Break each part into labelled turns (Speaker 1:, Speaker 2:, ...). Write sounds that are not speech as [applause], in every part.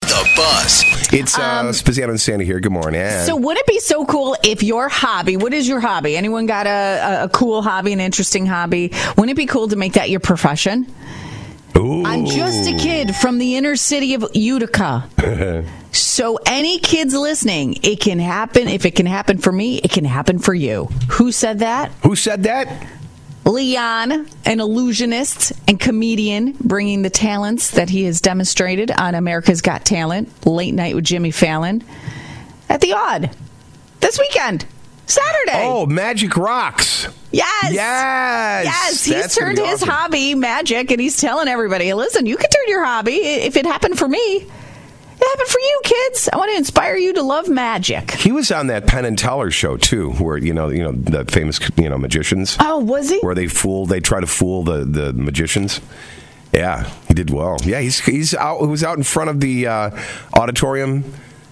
Speaker 1: The buzz.
Speaker 2: It's uh, Spaziano and Sandy here. Good morning.
Speaker 3: Um, So would it be so cool if your hobby, what is your hobby? Anyone got a, a, a cool hobby, an interesting hobby? Wouldn't it be cool to make that your profession?
Speaker 2: Ooh.
Speaker 3: I'm just a kid from the inner city of Utica. so any kids listening, it can happen. If it can happen for me, it can happen for you. Who said that?
Speaker 2: Who said that?
Speaker 3: Leon, an illusionist and comedian, bringing the talents that he has demonstrated on America's Got Talent, Late Night with Jimmy Fallon, at the Odd this weekend, Saturday.
Speaker 2: Oh, Magic Rocks.
Speaker 3: Yes.
Speaker 2: Yes.
Speaker 3: Yes, he's
Speaker 2: That's gonna
Speaker 3: turned
Speaker 2: be
Speaker 3: his
Speaker 2: awesome.
Speaker 3: hobby magic and he's telling everybody, listen, you can turn your hobby if it happened for me. It happened for you, kids. I want to inspire you to love magic.
Speaker 2: He was on that Penn and Teller show too, where you know, you know, the famous you know magicians,
Speaker 3: Oh, was he?
Speaker 2: where they fool, they try to fool the the magicians. Yeah, he did well. Yeah, he's he's out. He was out in front of the uh, auditorium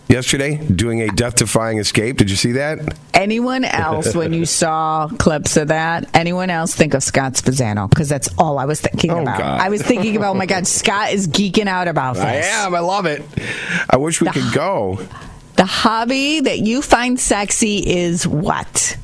Speaker 2: yesterday doing a death-defying escape. Did you see that?
Speaker 3: Anyone else,
Speaker 2: [laughs]
Speaker 3: when you saw clips of that, anyone else think of Scott Spazzano? Because that's all I was thinking
Speaker 2: Oh,
Speaker 3: about.
Speaker 2: God.
Speaker 3: I was thinking about, oh
Speaker 2: [laughs]
Speaker 3: my God, Scott is geeking out about this.
Speaker 2: I am. I love it. I wish we could go.
Speaker 3: The hobby that you find sexy is what?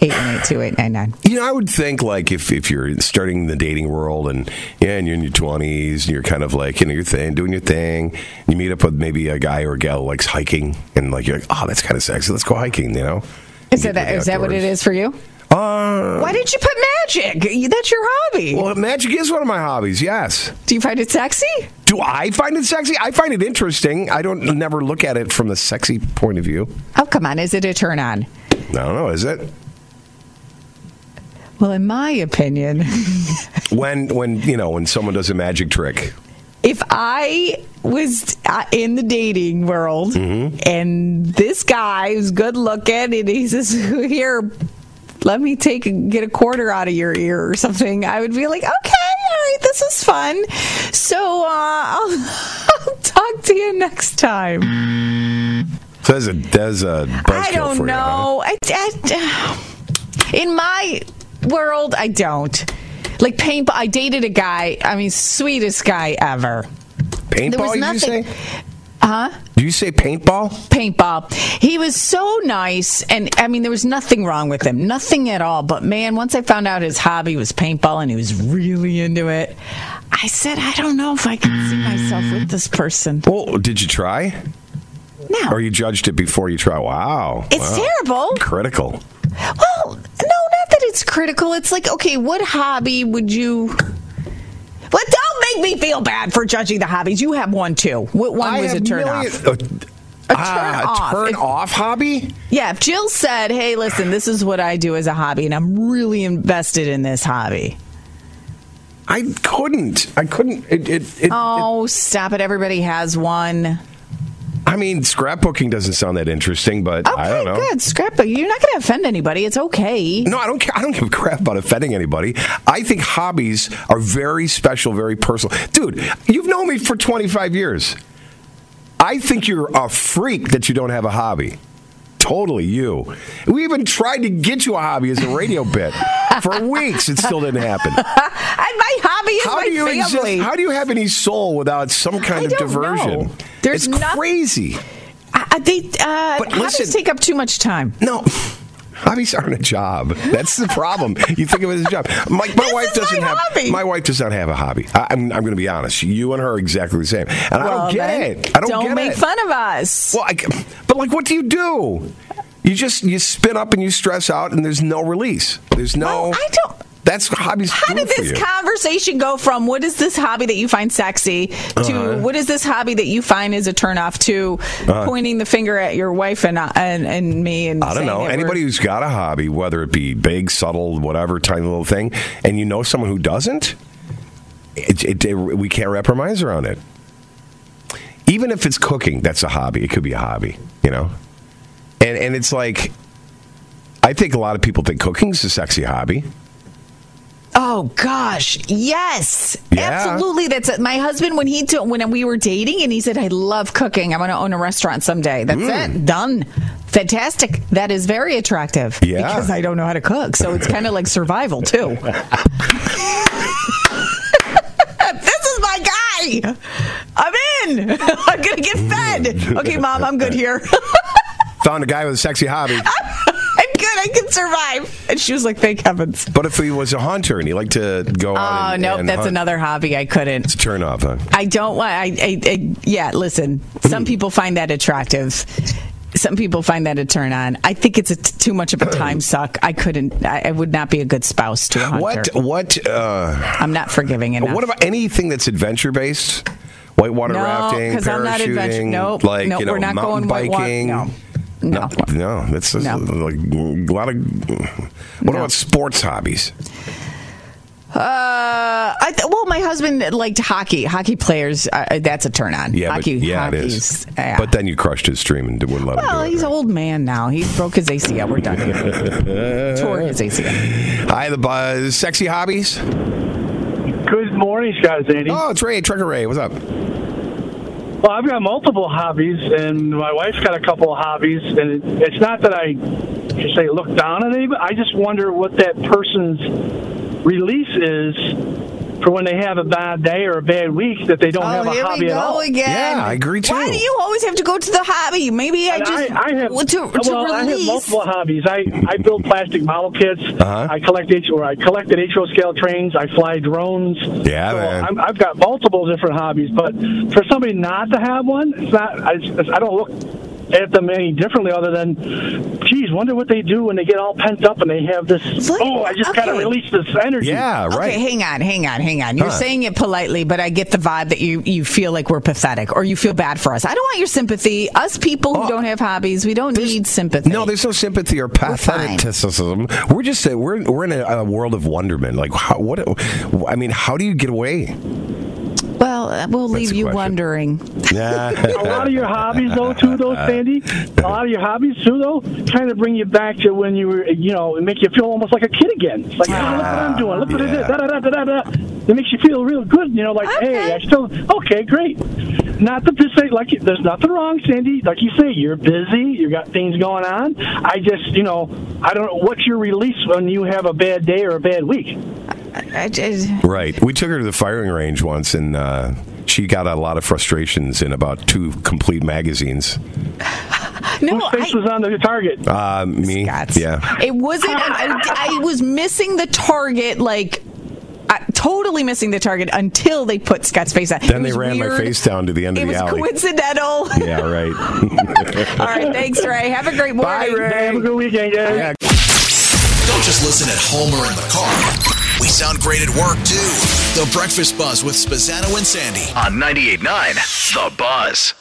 Speaker 3: 818
Speaker 2: You know, I would think like if, if you're starting in the dating world and yeah, and you're in your twenties and you're kind of like you know your thing, doing your thing. You meet up with maybe a guy or a gal who likes hiking, and like you're like, oh, that's kind of sexy. Let's go hiking. You know,
Speaker 3: Is
Speaker 2: You
Speaker 3: that,
Speaker 2: get
Speaker 3: is that what it
Speaker 2: outdoors.
Speaker 3: is for you?
Speaker 2: Uh,
Speaker 3: Why did you put magic? You- That's your hobby.
Speaker 2: well, magic is one of my hobbies. Yes.
Speaker 3: Do you find it sexy?
Speaker 2: Do I find it sexy? I find it interesting. I don't never look at it from the sexy point of view.
Speaker 3: Oh, come on. Is it a turn on?
Speaker 2: I don't know. Is it
Speaker 3: Well, in my opinion, [laughs]
Speaker 2: when when you know when someone does a magic trick?
Speaker 3: if I was uh, in the dating world
Speaker 2: Mm-hmm.
Speaker 3: and this guy is good looking and he says, [laughs] Here, let me take get a quarter out of your ear or something, I would be like, Okay, all right, this is fun. So uh, [laughs] I'll, I'll talk to you next time.
Speaker 2: So that's a that's a
Speaker 3: I
Speaker 2: buzzkill
Speaker 3: don't
Speaker 2: for you, huh?
Speaker 3: know. I, I- in my world, I don't. Like paintball, I dated a guy. I mean, sweetest guy ever.
Speaker 2: Paintball?
Speaker 3: There was
Speaker 2: did
Speaker 3: nothing-
Speaker 2: you say? Huh? Did you say paintball?
Speaker 3: Paintball. He was so nice, and I mean, there was nothing wrong with him, nothing at all. But man, once I found out his hobby was paintball, and he was really into it, I said, I don't know if I can see myself with this person.
Speaker 2: Well, did you try?
Speaker 3: No,
Speaker 2: Or you judged it before you tried? Wow.
Speaker 3: it's
Speaker 2: Wow.
Speaker 3: terrible.
Speaker 2: Critical.
Speaker 3: Well, no, not that it's critical. It's like, okay, what hobby would you? Well, don't make me feel bad for judging the hobbies. You have one too. What one was a turn off?
Speaker 2: Ah, A
Speaker 3: turn-off.
Speaker 2: A turn
Speaker 3: If-
Speaker 2: off hobby?
Speaker 3: Yeah, if Jill said, "Hey, listen, this is what I do as a hobby, and I'm really invested in this hobby."
Speaker 2: I couldn't. I couldn't. It, it, it,
Speaker 3: Oh, stop it! Everybody has one.
Speaker 2: I mean, scrapbooking doesn't sound that interesting, but
Speaker 3: Okay,
Speaker 2: I don't know.
Speaker 3: good. Scrapbook. You're not going to offend anybody. It's okay.
Speaker 2: No, I don't care. I don't give a crap about offending anybody. I think hobbies are very special, very personal. Dude, you've known me for 25 years. I think you're a freak that you don't have a hobby. Totally you. We even tried to get you a hobby as a radio bit for weeks. It still didn't
Speaker 3: [laughs]
Speaker 2: happen.
Speaker 3: And my hobby is
Speaker 2: How
Speaker 3: my
Speaker 2: do you
Speaker 3: family.
Speaker 2: exist? How do you have any soul without some kind
Speaker 3: I
Speaker 2: of
Speaker 3: don't
Speaker 2: diversion?
Speaker 3: know. There's
Speaker 2: it's
Speaker 3: noth-
Speaker 2: crazy.
Speaker 3: I, I- they, uh,
Speaker 2: But
Speaker 3: hobbies
Speaker 2: listen-
Speaker 3: take up too much time.
Speaker 2: No. [laughs] Hobbies aren't a job. That's the problem. you think of it as a job. My, my
Speaker 3: This
Speaker 2: wife
Speaker 3: is my
Speaker 2: doesn't have.
Speaker 3: hobby.
Speaker 2: My wife does not have a hobby. I, I'm, I'm going to be honest. You and her are exactly the same, and I
Speaker 3: Well,
Speaker 2: don't get
Speaker 3: then,
Speaker 2: it. I don't, get
Speaker 3: make
Speaker 2: it.
Speaker 3: fun of us.
Speaker 2: Well, I, but like, what do you do? You just you spin up and you stress out, and there's no release. There's no.
Speaker 3: Well, I don't-
Speaker 2: That's what hobbies.
Speaker 3: How
Speaker 2: do
Speaker 3: did
Speaker 2: for
Speaker 3: this
Speaker 2: you.
Speaker 3: conversation go from what is this hobby that you find sexy to
Speaker 2: Uh-huh.
Speaker 3: what is this hobby that you find is a turnoff to pointing the finger at your wife and uh, and, and me and
Speaker 2: I don't
Speaker 3: saying
Speaker 2: know.
Speaker 3: that we're-
Speaker 2: Anybody who's got a hobby, whether it be big, subtle, whatever, tiny little thing, and you know someone who doesn't, it, it, it- we can't wrap our minds around it. Even if it's cooking, that's a hobby. It could be a hobby, you know? And, and it's like, I think a lot of people think cooking's a sexy hobby.
Speaker 3: Oh gosh, yes,
Speaker 2: Yeah.
Speaker 3: absolutely. That's it. my husband when he t- when we were dating, and he said, "I love cooking. I'm going to own a restaurant someday." That's
Speaker 2: Mm.
Speaker 3: it. Done. Fantastic. That is very attractive.
Speaker 2: Yeah.
Speaker 3: because I don't know how to cook, so it's kind of like
Speaker 2: [laughs]
Speaker 3: survival too. this is my guy. I'm in. [laughs] I'm going to get fed. Okay, mom, I'm good here. [laughs]
Speaker 2: Found a guy with a sexy hobby.
Speaker 3: I'm good. I can survive. And she was like, "Thank heavens."
Speaker 2: But if he was a hunter and he liked to go out.
Speaker 3: Oh
Speaker 2: and-
Speaker 3: no,
Speaker 2: and
Speaker 3: that's
Speaker 2: hunt,
Speaker 3: another hobby I couldn't.
Speaker 2: It's a turn off, huh?
Speaker 3: I don't want. I, I, I yeah. Listen,
Speaker 2: Hmm.
Speaker 3: some people find that attractive. Some people find that a turn on. I think it's a t- too much of a time suck. I couldn't. I, I would not be a good spouse to a hunter.
Speaker 2: Hmm. What, what, uh,
Speaker 3: I'm not forgiving enough.
Speaker 2: But what about anything that's adventure based? Whitewater
Speaker 3: No,
Speaker 2: rafting,
Speaker 3: 'cause I'm not adventure-
Speaker 2: parachuting,
Speaker 3: nope,
Speaker 2: like
Speaker 3: nope,
Speaker 2: you know,
Speaker 3: we're not
Speaker 2: mountain
Speaker 3: going whitewater-
Speaker 2: biking.
Speaker 3: no,
Speaker 2: no,
Speaker 3: no.
Speaker 2: no, that's that's
Speaker 3: No.
Speaker 2: like a lot of. What
Speaker 3: No.
Speaker 2: about sports hobbies?
Speaker 3: Uh, I th- well, my husband liked hockey. Hockey players. Uh, that's a turn on.
Speaker 2: Yeah,
Speaker 3: hockey.
Speaker 2: but, yeah, it
Speaker 3: hockey's-
Speaker 2: is.
Speaker 3: yeah.
Speaker 2: But then you crushed his stream and wouldn't let
Speaker 3: well,
Speaker 2: him. do it,
Speaker 3: he's
Speaker 2: right?
Speaker 3: an old man now. He broke his ACL. We're done here.
Speaker 2: [laughs]
Speaker 3: Tore his ACL.
Speaker 2: Hi, the buzz. Sexy hobbies.
Speaker 1: Good morning, Scott and Andy.
Speaker 2: Oh, it's Ray Trucker Ray. What's up?
Speaker 1: Well, I've got multiple hobbies, and my wife's got a couple of hobbies, and it, it's not that I should say look down on anybody. I just wonder what that person's release is for when they have a bad day or a bad week that they don't have
Speaker 3: oh,
Speaker 1: a
Speaker 3: here
Speaker 1: hobby
Speaker 3: we
Speaker 1: at
Speaker 3: go
Speaker 1: all.
Speaker 3: again.
Speaker 2: Yeah, I agree,
Speaker 3: Why
Speaker 2: too.
Speaker 3: do you always have to go to the hobby? Maybe I
Speaker 1: And
Speaker 3: just
Speaker 1: I, I have
Speaker 3: well, to, to
Speaker 1: well, I have
Speaker 3: release.
Speaker 1: multiple hobbies. I, I build plastic model kits.
Speaker 2: Uh-huh.
Speaker 1: I collect H or I collected HO scale trains. I fly drones.
Speaker 2: Yeah,
Speaker 1: so
Speaker 2: man.
Speaker 1: I'm, I've got multiple different hobbies. But for somebody not to have one, it's not. I, it's- I don't look at them any differently other than, geez, wonder what they do when they get all pent up and they have this.
Speaker 3: Look-
Speaker 1: oh, I just gotta
Speaker 3: okay.
Speaker 1: release this energy.
Speaker 2: Yeah, right.
Speaker 3: Okay, hang on, hang on, hang on. You're
Speaker 2: Huh.
Speaker 3: saying it politely, but I get the vibe that you, you feel like we're pathetic or you feel bad for us. I don't want your sympathy. Us people who
Speaker 2: Oh,
Speaker 3: don't have hobbies, we don't need sympathy.
Speaker 2: No, there's no sympathy or
Speaker 3: fine.
Speaker 2: patheticism. We're, just we're we're in a, a world of wonderment. Like, how, what? I mean, how do you get away?
Speaker 3: Well, uh, we'll
Speaker 2: That's
Speaker 3: leave
Speaker 2: the
Speaker 3: you
Speaker 2: question.
Speaker 3: wondering.
Speaker 2: Yeah.
Speaker 3: [laughs]
Speaker 1: a lot of your hobbies though too though sandy a lot of your hobbies too though kind of bring you back to when you were you know it makes you feel almost like a kid again It's like oh, look what i'm doing look what i
Speaker 2: Yeah.
Speaker 1: did da, da, da, da, da, da. it makes you feel real good you know like hey i still okay great not that this ain't like there's nothing wrong sandy like you say you're busy you got things going on i just you know i don't know what's your release when you have a bad day or a bad week
Speaker 3: I, just,
Speaker 2: Right. We took her to the firing range once, and uh, she got a lot of frustrations in about two complete magazines.
Speaker 3: no,
Speaker 1: whose face
Speaker 3: I,
Speaker 1: was on the target
Speaker 2: Uh, me.
Speaker 3: Scots.
Speaker 2: Yeah.
Speaker 3: It wasn't. I, I was missing the target, like I, totally missing the target until they put Scott's face on.
Speaker 2: Then
Speaker 3: It
Speaker 2: they
Speaker 3: was
Speaker 2: ran my
Speaker 3: weird.
Speaker 2: face down to the end
Speaker 3: It
Speaker 2: of the
Speaker 3: was
Speaker 2: alley.
Speaker 3: coincidental.
Speaker 2: yeah,
Speaker 3: [laughs]
Speaker 2: right.
Speaker 3: All right,
Speaker 1: [laughs]
Speaker 3: thanks, Ray. Have a great
Speaker 2: Bye,
Speaker 3: morning.
Speaker 2: Ray.
Speaker 1: have a good weekend guys
Speaker 2: Yeah.
Speaker 4: Don't just listen at home or in the car. We sound great at work, too. The Breakfast Buzz with Spazzano and Sandy.
Speaker 5: On 98.9, The Buzz.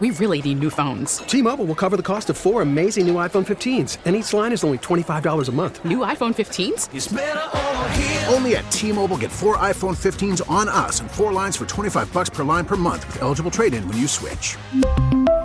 Speaker 6: We really need new phones.
Speaker 7: T-Mobile will cover the cost of four amazing new iPhone 15s, and each line is only $25 a month.
Speaker 6: New iPhone 15s?
Speaker 8: Only at T-Mobile get four iPhone 15s on us and four lines for 25 bucks per line per month with eligible trade-in when you switch.